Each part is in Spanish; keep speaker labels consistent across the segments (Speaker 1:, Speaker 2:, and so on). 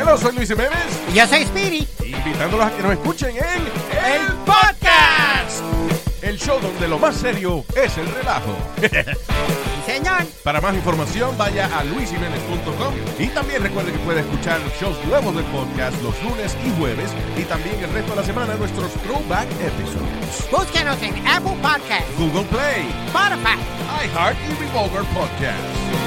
Speaker 1: Hola, soy Luis Jiménez,
Speaker 2: Y yo soy Spirit.
Speaker 1: invitándolos a que nos escuchen en
Speaker 2: ¡El podcast!
Speaker 1: el show donde lo más serio es el relajo.
Speaker 2: Sí, señor.
Speaker 1: Para más información, vaya a luisiménez.com y también recuerde que puede escuchar shows nuevos del podcast los lunes y jueves y también el resto de la semana nuestros throwback episodes.
Speaker 2: Búsquenos en Apple Podcasts,
Speaker 1: Google Play,
Speaker 2: Spotify.
Speaker 1: iHeart y Revolver Podcast.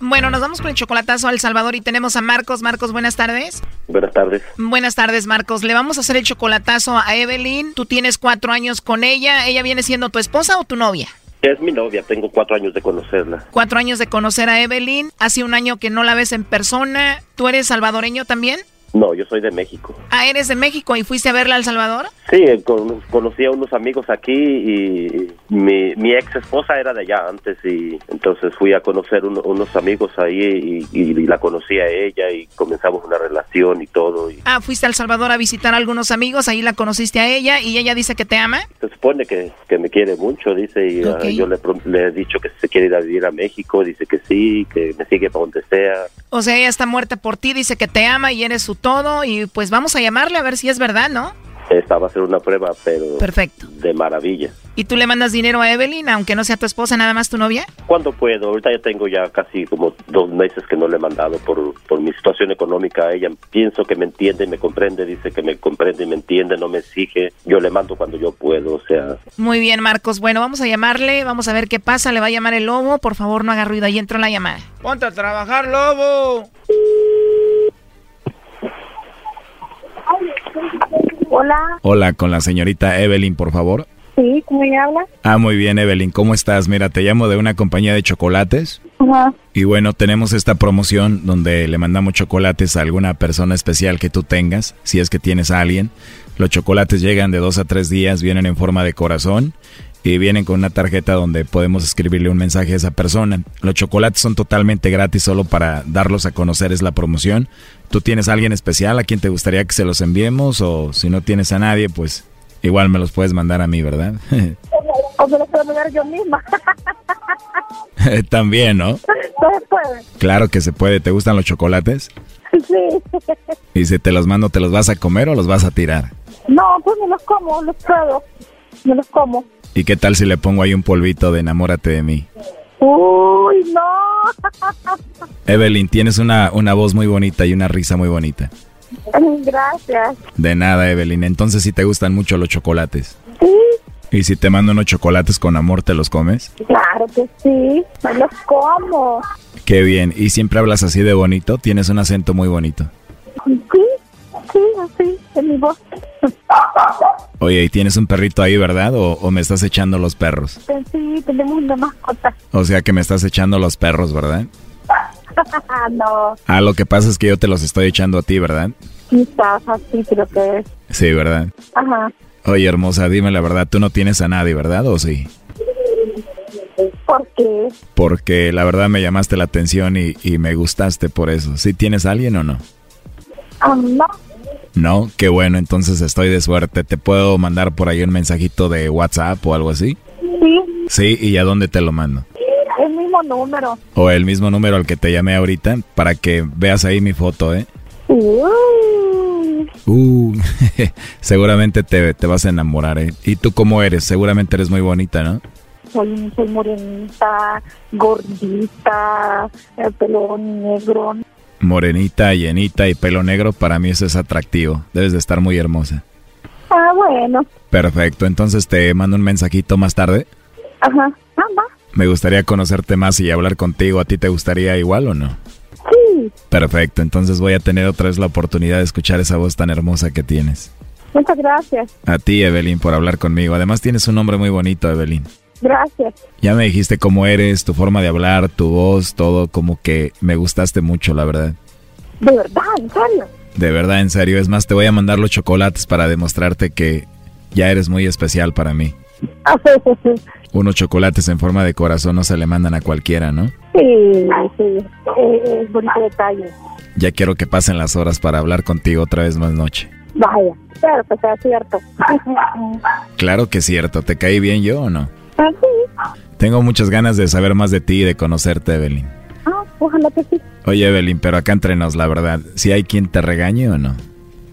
Speaker 3: Bueno, nos vamos con el chocolatazo al Salvador y tenemos a Marcos. Marcos, buenas tardes.
Speaker 4: Buenas tardes.
Speaker 3: Buenas tardes, Marcos. Le vamos a hacer el chocolatazo a Evelyn. Tú tienes cuatro años con ella. ¿Ella viene siendo tu esposa o tu novia?
Speaker 4: Es mi novia, tengo cuatro años de conocerla.
Speaker 3: Cuatro años de conocer a Evelyn. Hace un año que no la ves en persona. ¿Tú eres salvadoreño también?
Speaker 4: No, yo soy de México.
Speaker 3: Ah, eres de México y fuiste a verla al Salvador.
Speaker 4: Sí, eh, con- conocí a unos amigos aquí y mi, mi ex esposa era de allá antes y entonces fui a conocer un- unos amigos ahí y, y- y la conocí a ella y comenzamos una relación y todo. Y
Speaker 3: Ah, fuiste al Salvador a visitar a algunos amigos. Ahí la conociste a ella y ella dice que te ama.
Speaker 4: se supone que, que me quiere mucho, dice, y ah,
Speaker 3: Ok.
Speaker 4: yo le, pro- le he dicho que se quiere ir a vivir a México, dice que sí, que me sigue para donde sea.
Speaker 3: O sea, ella está muerta por ti. Dice que te ama y eres su todo. Y pues vamos a llamarle a ver si es verdad, ¿no?
Speaker 4: Esta va a ser una prueba, pero
Speaker 3: Perfecto.
Speaker 4: de maravilla.
Speaker 3: ¿Y tú le mandas dinero a Evelyn, aunque no sea tu esposa, nada más tu novia?
Speaker 4: ¿Cuándo puedo? Ahorita ya tengo ya casi como dos meses que no le he mandado por, por mi situación económica. Ella pienso que me entiende y me comprende, dice que me comprende y me entiende, no me exige. Yo le mando cuando yo puedo, o sea,
Speaker 3: Muy bien, Marcos. Bueno, vamos a llamarle, vamos a ver qué pasa. Le va a llamar el lobo. Por favor, no haga ruido. Ahí entró la llamada.
Speaker 5: Ponte a trabajar, lobo.
Speaker 6: Hola,
Speaker 7: Hola, con la señorita Evelyn, por favor.
Speaker 6: sí, ¿cómo me habla?
Speaker 7: Ah, muy bien, Evelyn, ¿cómo estás? Mira, te llamo de una compañía de chocolates.
Speaker 6: Ajá.
Speaker 7: Y bueno, tenemos esta promoción donde le mandamos chocolates a alguna persona especial que tú tengas, si es que tienes a alguien. Los chocolates llegan de dos a tres días, vienen en forma de corazón y vienen con una tarjeta donde podemos escribirle un mensaje a esa persona. Los chocolates son totalmente gratis solo para darlos a conocer, es la promoción. ¿Tú tienes a alguien especial a quien te gustaría que se los enviemos o si no tienes a nadie, pues igual me los puedes mandar a mí, ¿verdad?
Speaker 6: O me lo puedo mandar yo misma.
Speaker 7: También, ¿no?
Speaker 6: Entonces puede.
Speaker 7: Claro que se puede. ¿Te gustan los chocolates?
Speaker 6: Sí.
Speaker 7: Y si te los mando, ¿te los vas a comer o los vas a tirar?
Speaker 6: No, pues me los como, los puedo. Me los como.
Speaker 7: ¿Y qué tal si le pongo ahí un polvito de enamórate de mí?
Speaker 6: Uy, no.
Speaker 7: Evelyn, tienes una, una voz muy bonita y una risa muy bonita.
Speaker 6: Gracias.
Speaker 7: De nada, Evelyn. Entonces si te gustan mucho los chocolates.
Speaker 6: Sí,
Speaker 7: Y si te mando unos chocolates con amor, ¿te los comes?
Speaker 6: claro que sí. Me los como.
Speaker 7: Qué bien. ¿Y siempre hablas así de bonito? Tienes un acento muy bonito.
Speaker 6: Sí, sí, así, en mi voz.
Speaker 7: Oye, ¿y tienes un perrito ahí, verdad? ¿O, o me estás echando los perros?
Speaker 6: Sí, tenemos una mascota.
Speaker 7: O sea que me estás echando los perros, ¿verdad?
Speaker 6: no,
Speaker 7: Ah, lo que pasa es que yo te los estoy echando a ti, ¿verdad?
Speaker 6: quizás así creo que es.
Speaker 7: Sí, ¿verdad?
Speaker 6: Ajá.
Speaker 7: Oye, hermosa, dime la verdad, tú no tienes a nadie, ¿verdad? ¿O sí?
Speaker 6: ¿Por qué?
Speaker 7: Porque la verdad me llamaste la atención y, y me gustaste por eso. ¿Sí tienes a alguien o no?
Speaker 6: Ah, no.
Speaker 7: No, qué bueno, entonces estoy de suerte. ¿Te puedo mandar por ahí un mensajito de WhatsApp o algo así?
Speaker 6: Sí,
Speaker 7: Sí, ¿y a dónde te lo mando?
Speaker 6: el mismo número.
Speaker 7: O el mismo número al que te llamé ahorita para que veas ahí mi foto, ¿eh?
Speaker 6: Uy.
Speaker 7: Uh, seguramente te, te vas a enamorar, ¿eh? ¿Y tú cómo eres? Seguramente eres muy bonita, ¿no?
Speaker 6: soy, soy morenita, gordita, eh, pelo negro.
Speaker 7: Morenita, llenita y pelo negro, para mí eso es atractivo. Debes de estar muy hermosa.
Speaker 6: Ah, bueno.
Speaker 7: Perfecto, entonces te mando un mensajito más tarde.
Speaker 6: Ajá. Ah, va.
Speaker 7: Me gustaría conocerte más y hablar contigo. ¿A ti te gustaría igual o no?
Speaker 6: Sí.
Speaker 7: Perfecto, entonces voy a tener otra vez la oportunidad de escuchar esa voz tan hermosa que tienes.
Speaker 6: Muchas gracias.
Speaker 7: A ti, Evelyn, por hablar conmigo. Además tienes un nombre muy bonito, Evelyn.
Speaker 6: Gracias.
Speaker 7: Ya me dijiste cómo eres, tu forma de hablar, tu voz, todo, como que me gustaste mucho, la verdad.
Speaker 6: De verdad, en serio.
Speaker 7: De verdad, en serio. Es más, te voy a mandar los chocolates para demostrarte que ya eres muy especial para mí.
Speaker 6: Ah, sí, sí, sí.
Speaker 7: Unos chocolates en forma de corazón no se le mandan a cualquiera, ¿no?
Speaker 6: Sí, sí. Eh, Es bonito detalle.
Speaker 7: Ya quiero que pasen las horas para hablar contigo otra vez más noche.
Speaker 6: Vaya, claro que sea cierto. Ah,
Speaker 7: Claro que es cierto, ¿te caí bien yo o no?
Speaker 6: Ah, sí.
Speaker 7: Tengo muchas ganas de saber más de ti y de conocerte, Evelyn.
Speaker 6: Ah, ojalá que sí.
Speaker 7: Oye, Evelyn, pero acá entre nos, la verdad, ¿si hay quien te regañe o no?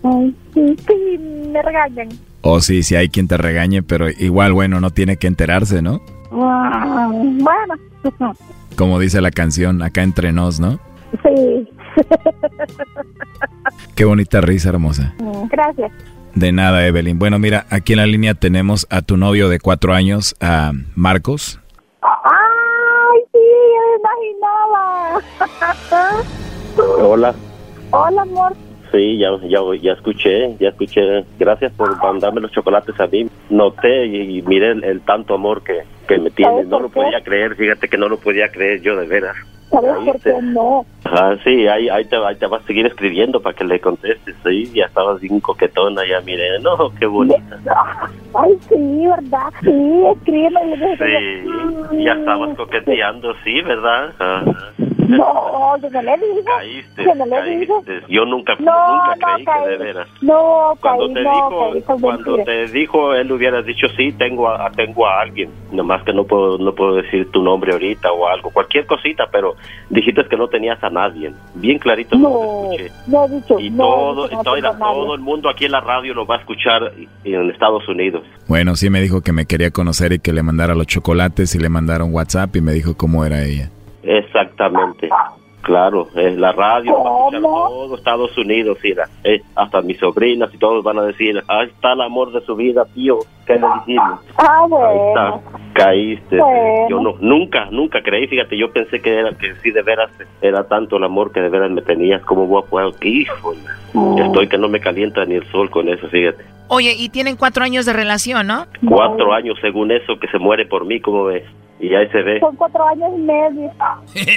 Speaker 6: Ay, sí, sí, me regañan.
Speaker 7: O sí, si hay quien te regañe, pero igual, bueno, no tiene que enterarse, ¿no?
Speaker 6: Ah, bueno,
Speaker 7: Como dice la canción, acá entre nos, ¿no?
Speaker 6: sí.
Speaker 7: Qué bonita risa, hermosa.
Speaker 6: Gracias.
Speaker 7: De nada, Evelyn. Bueno, mira, aquí en la línea tenemos a tu novio de cuatro años, a Marcos.
Speaker 6: Ay, sí, ya me imaginaba.
Speaker 4: Hola.
Speaker 6: Hola, amor.
Speaker 4: Sí, ya, ya, ya escuché, ya escuché. Gracias por mandarme los chocolates a mí. Noté y, y miré el, el tanto amor que, que me tienes.
Speaker 6: ¿Sabes
Speaker 4: No
Speaker 6: por
Speaker 4: lo
Speaker 6: qué?
Speaker 4: podía creer, fíjate que no lo podía creer yo de veras.
Speaker 6: ¿Sabes
Speaker 4: Ahí
Speaker 6: por
Speaker 4: te-
Speaker 6: qué no?
Speaker 4: Ah, sí, ahí, ahí, te, ahí te vas a seguir escribiendo para que le contestes. Sí, ya estabas bien coquetona, ya miré. No, qué bonita.
Speaker 6: Ay, sí, ¿verdad? Sí, escríbeme.
Speaker 4: Sí, ya estabas coqueteando, sí, ¿verdad? Ajá.
Speaker 6: No, yo no le dije.
Speaker 4: Caíste,
Speaker 6: yo no le dije.
Speaker 4: caíste. Yo nunca,
Speaker 6: No,
Speaker 4: nunca creí
Speaker 6: no,
Speaker 4: que
Speaker 6: caí.
Speaker 4: de veras.
Speaker 6: No,
Speaker 4: Cuando
Speaker 6: caí,
Speaker 4: te
Speaker 6: no,
Speaker 4: dijo,
Speaker 6: caí con
Speaker 4: cuando
Speaker 6: mentira.
Speaker 4: te dijo, él hubiera dicho sí, tengo a, a- tengo a alguien. Nomás que no puedo no puedo decir tu nombre ahorita o algo, cualquier cosita, pero dijiste que no tenías a nadie. Bien clarito lo
Speaker 6: No,
Speaker 4: escuché.
Speaker 6: no he dicho.
Speaker 4: Y
Speaker 6: no,
Speaker 4: todo,
Speaker 6: he dicho que no
Speaker 4: todo,
Speaker 6: tengo nadie.
Speaker 4: todo el mundo aquí en la radio lo va a escuchar en Estados Unidos.
Speaker 7: Bueno, sí me dijo que me quería conocer y que le mandara los chocolates y le mandara un WhatsApp y me dijo cómo era ella.
Speaker 4: Exactamente. Claro, es la radio, lo va a escuchar
Speaker 6: ¿Cómo?
Speaker 4: todo Estados Unidos, mira, eh, hasta mis sobrinas y todos van a decir, ahí está el amor de su vida, tío, ¿qué le dijimos?
Speaker 6: Ah,
Speaker 4: Ahí
Speaker 6: bueno.
Speaker 4: está, caíste.
Speaker 6: Bueno.
Speaker 4: Yo no, nunca, nunca creí, fíjate, yo pensé que era que sí de veras era tanto el amor que de veras me tenías, como voy a jugar, híjole, estoy que no me calienta ni el sol con eso, fíjate.
Speaker 3: Oye, y tienen cuatro años de relación, ¿no?
Speaker 4: Cuatro años según eso que se muere por mí, como ves? Y ahí se ve,
Speaker 6: Son cuatro años y medio.
Speaker 8: Eh,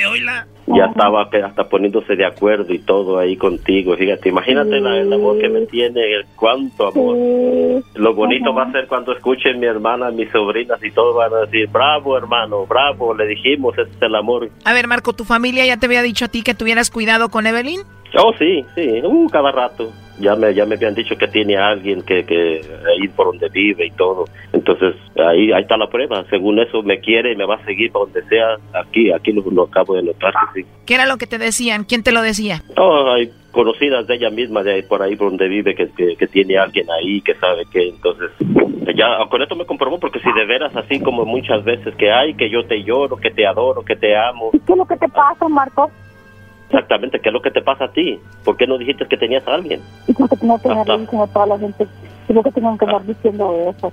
Speaker 4: ya estaba que hasta poniéndose de acuerdo y todo ahí contigo, fíjate, imagínate la- el amor que me tiene, el cuánto amor.
Speaker 6: Sí.
Speaker 4: Lo bonito va a ser cuando escuchen mi hermana, mis sobrinas y todos van a decir, bravo hermano, bravo, le dijimos, ese es el amor
Speaker 3: A ver, Marco, ¿tu familia ya te había dicho a ti que tuvieras cuidado con Evelyn?
Speaker 4: Oh, sí, sí, uh, cada rato. Ya me, ya me habían dicho que tiene a alguien que, que ahí por donde vive y todo. Entonces, ahí, ahí está la prueba. Según eso, me quiere y me va a seguir para donde sea. Aquí, aquí lo, lo acabo de notar que sí.
Speaker 3: ¿Qué era lo que te decían? ¿Quién te lo decía?
Speaker 4: Oh, hay conocidas de ella misma, de ahí, por ahí por donde vive, que, que, que tiene alguien ahí, que sabe que. Entonces, ya con esto me comprobó, porque si de veras, así como muchas veces que hay, que yo te lloro, que te adoro, que te amo,
Speaker 6: ¿Y qué es lo que te pasa, Marco?
Speaker 4: exactamente, ¿qué es lo que te pasa a ti? ¿Por qué no dijiste que tenías a alguien?
Speaker 6: Y creo que tengo que andar
Speaker 4: Ajá.
Speaker 6: diciendo a toda la gente. Creo que tengo que andar diciendo eso.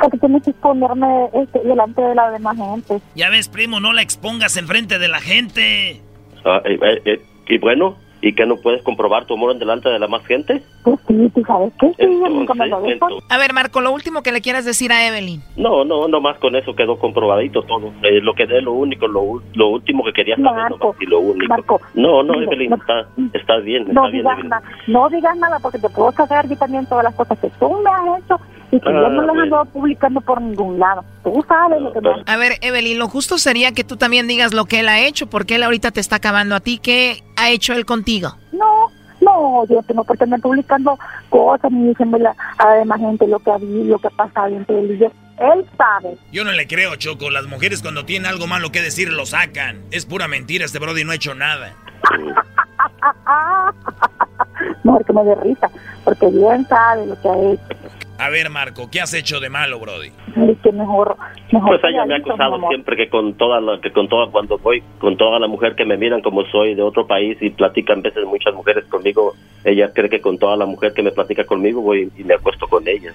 Speaker 6: Porque tienes que exponerme este, delante de la demás gente.
Speaker 8: Ya ves, primo, no la expongas enfrente de la gente.
Speaker 4: Ah, eh, eh, eh, y bueno, ¿y que no puedes comprobar tu amor en delante de la más gente?
Speaker 6: Pues sí, tú sabes qué, sí, yo nunca me lo
Speaker 4: Entonces,
Speaker 6: dejo.
Speaker 4: entonces-
Speaker 3: A ver, Marco, lo último que le quieras decir a Evelyn.
Speaker 4: no, no, nomás con eso quedó comprobadito todo. Eh, lo que es lo único, lo, u- lo último que quería saber,
Speaker 6: Marco,
Speaker 4: nomás, y lo único.
Speaker 6: Marco,
Speaker 4: no, no,
Speaker 6: mire,
Speaker 4: Evelyn,
Speaker 6: no-
Speaker 4: está, está bien, está
Speaker 6: No
Speaker 4: bien,
Speaker 6: digas
Speaker 4: Evelyn.
Speaker 6: nada, no digas nada porque te puedo sacar yo también todas las cosas que tú me has hecho y que yo
Speaker 4: Ah,
Speaker 6: no las
Speaker 4: bueno.
Speaker 6: ando publicando por ningún lado. Tú sabes lo que me
Speaker 4: pero-
Speaker 6: han
Speaker 3: A ver, Evelyn, lo justo sería que tú también digas lo que él ha hecho, porque él ahorita te está acabando a ti. ¿Qué ha hecho él contigo?
Speaker 6: No, no, yo tengo por qué andar publicando cosas ni diciéndole a la demás gente lo que ha vivido, lo que ha pasado entre él y yo. Él sabe.
Speaker 8: Yo no le creo, Choco. Las mujeres cuando tienen algo malo que decir lo sacan. Es pura mentira, este Brody no ha hecho nada.
Speaker 6: Mejor que me dé risa, porque bien sabe lo que ha hecho.
Speaker 9: A ver, Marco, ¿qué has hecho de malo, Brody?
Speaker 6: Ay, que mejor, mejor
Speaker 4: Pues
Speaker 6: te
Speaker 4: ella me ha
Speaker 6: aviso, mi
Speaker 4: acusado
Speaker 6: amor.
Speaker 4: siempre que con toda la, que con toda cuando voy, con toda la mujer que me miran como soy de otro país y platican veces muchas mujeres conmigo, ella cree que con toda la mujer que me platica conmigo voy y me acuesto con ellas.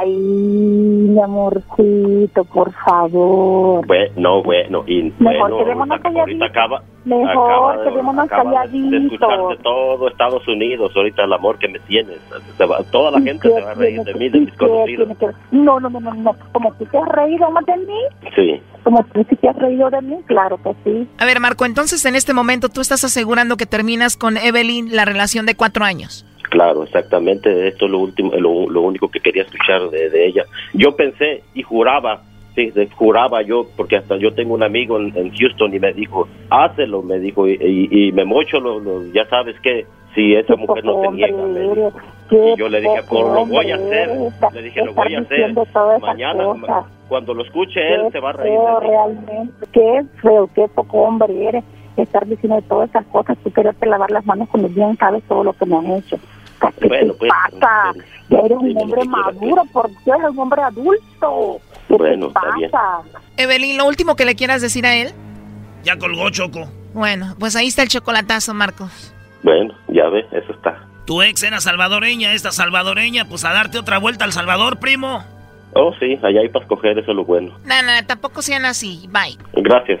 Speaker 6: Ay, mi amorcito, por favor.
Speaker 4: Bueno, bueno, y
Speaker 6: Mejor
Speaker 4: bueno,
Speaker 6: quedémonos
Speaker 4: ahorita, ahorita acaba, acaba
Speaker 6: Mejor
Speaker 4: de-
Speaker 6: quedémonos
Speaker 4: acaba de, de escucharte
Speaker 6: calladitos.
Speaker 4: todo Estados Unidos, ahorita el amor que me tienes, se va- toda la gente se va a reír de mí, de mis conocidos.
Speaker 6: Tiene que- No, no, no, no, no. Como tú te has reído más de mí,
Speaker 4: Sí.
Speaker 6: como tú sí te has reído de mí, claro que sí.
Speaker 2: A ver, Marco, entonces en este momento tú estás asegurando que terminas con Evelyn la relación de cuatro años.
Speaker 4: Claro, exactamente. Esto es lo último, lo, lo único que quería escuchar de, de ella. Yo pensé y juraba, sí, de- juraba yo, porque hasta yo tengo un amigo en, en Houston y me dijo, hácelo, me dijo, y, y- y me mocho, lo, lo- ya sabes que si esa mujer no se niega, me dijo.
Speaker 6: Y
Speaker 4: yo le dije, pues lo voy a hacer. Le dije, lo voy a hacer. Mañana, ma- cuando lo escuche él, se va a reír.
Speaker 6: Feo,
Speaker 4: de mí.
Speaker 6: realmente, qué feo, qué poco hombre eres. Estar diciendo todas esas cosas, tú quererte lavar las manos cuando bien sabes todo lo que me has hecho. ¿Qué
Speaker 4: Bueno,
Speaker 6: te
Speaker 4: pues,
Speaker 6: pasa? Ya eres
Speaker 4: dime
Speaker 6: un
Speaker 4: lo
Speaker 6: hombre
Speaker 4: que quieras,
Speaker 6: maduro, por Dios, eres un hombre adulto. ¿Qué
Speaker 4: Bueno,
Speaker 6: te
Speaker 4: está bien.
Speaker 6: pasa?
Speaker 2: Evelyn, lo último que le quieras decir a él.
Speaker 9: Ya colgó Choco.
Speaker 2: Bueno, pues ahí está el chocolatazo, Marcos.
Speaker 4: Bueno, ya ve, eso está.
Speaker 9: Tu ex era salvadoreña, esta salvadoreña, pues a darte otra vuelta al Salvador, primo.
Speaker 4: Oh, sí, allá hay para escoger, eso es lo bueno.
Speaker 2: Nana, tampoco sean así. Bye.
Speaker 4: Gracias.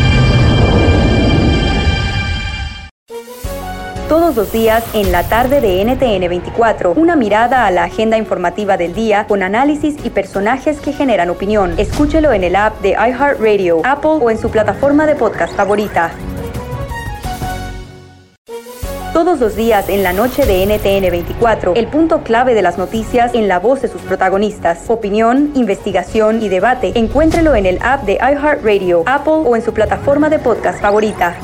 Speaker 3: Todos los días en la tarde de NTN 24, una mirada a la agenda informativa del día con análisis y personajes que generan opinión. Escúchelo en el app de iHeartRadio, Apple o en su plataforma de podcast favorita. Todos los días en la noche de NTN 24, el punto clave de las noticias en la voz de sus protagonistas. Opinión, investigación y debate. Encuéntrelo en el app de iHeartRadio, Apple o en su plataforma de podcast favorita.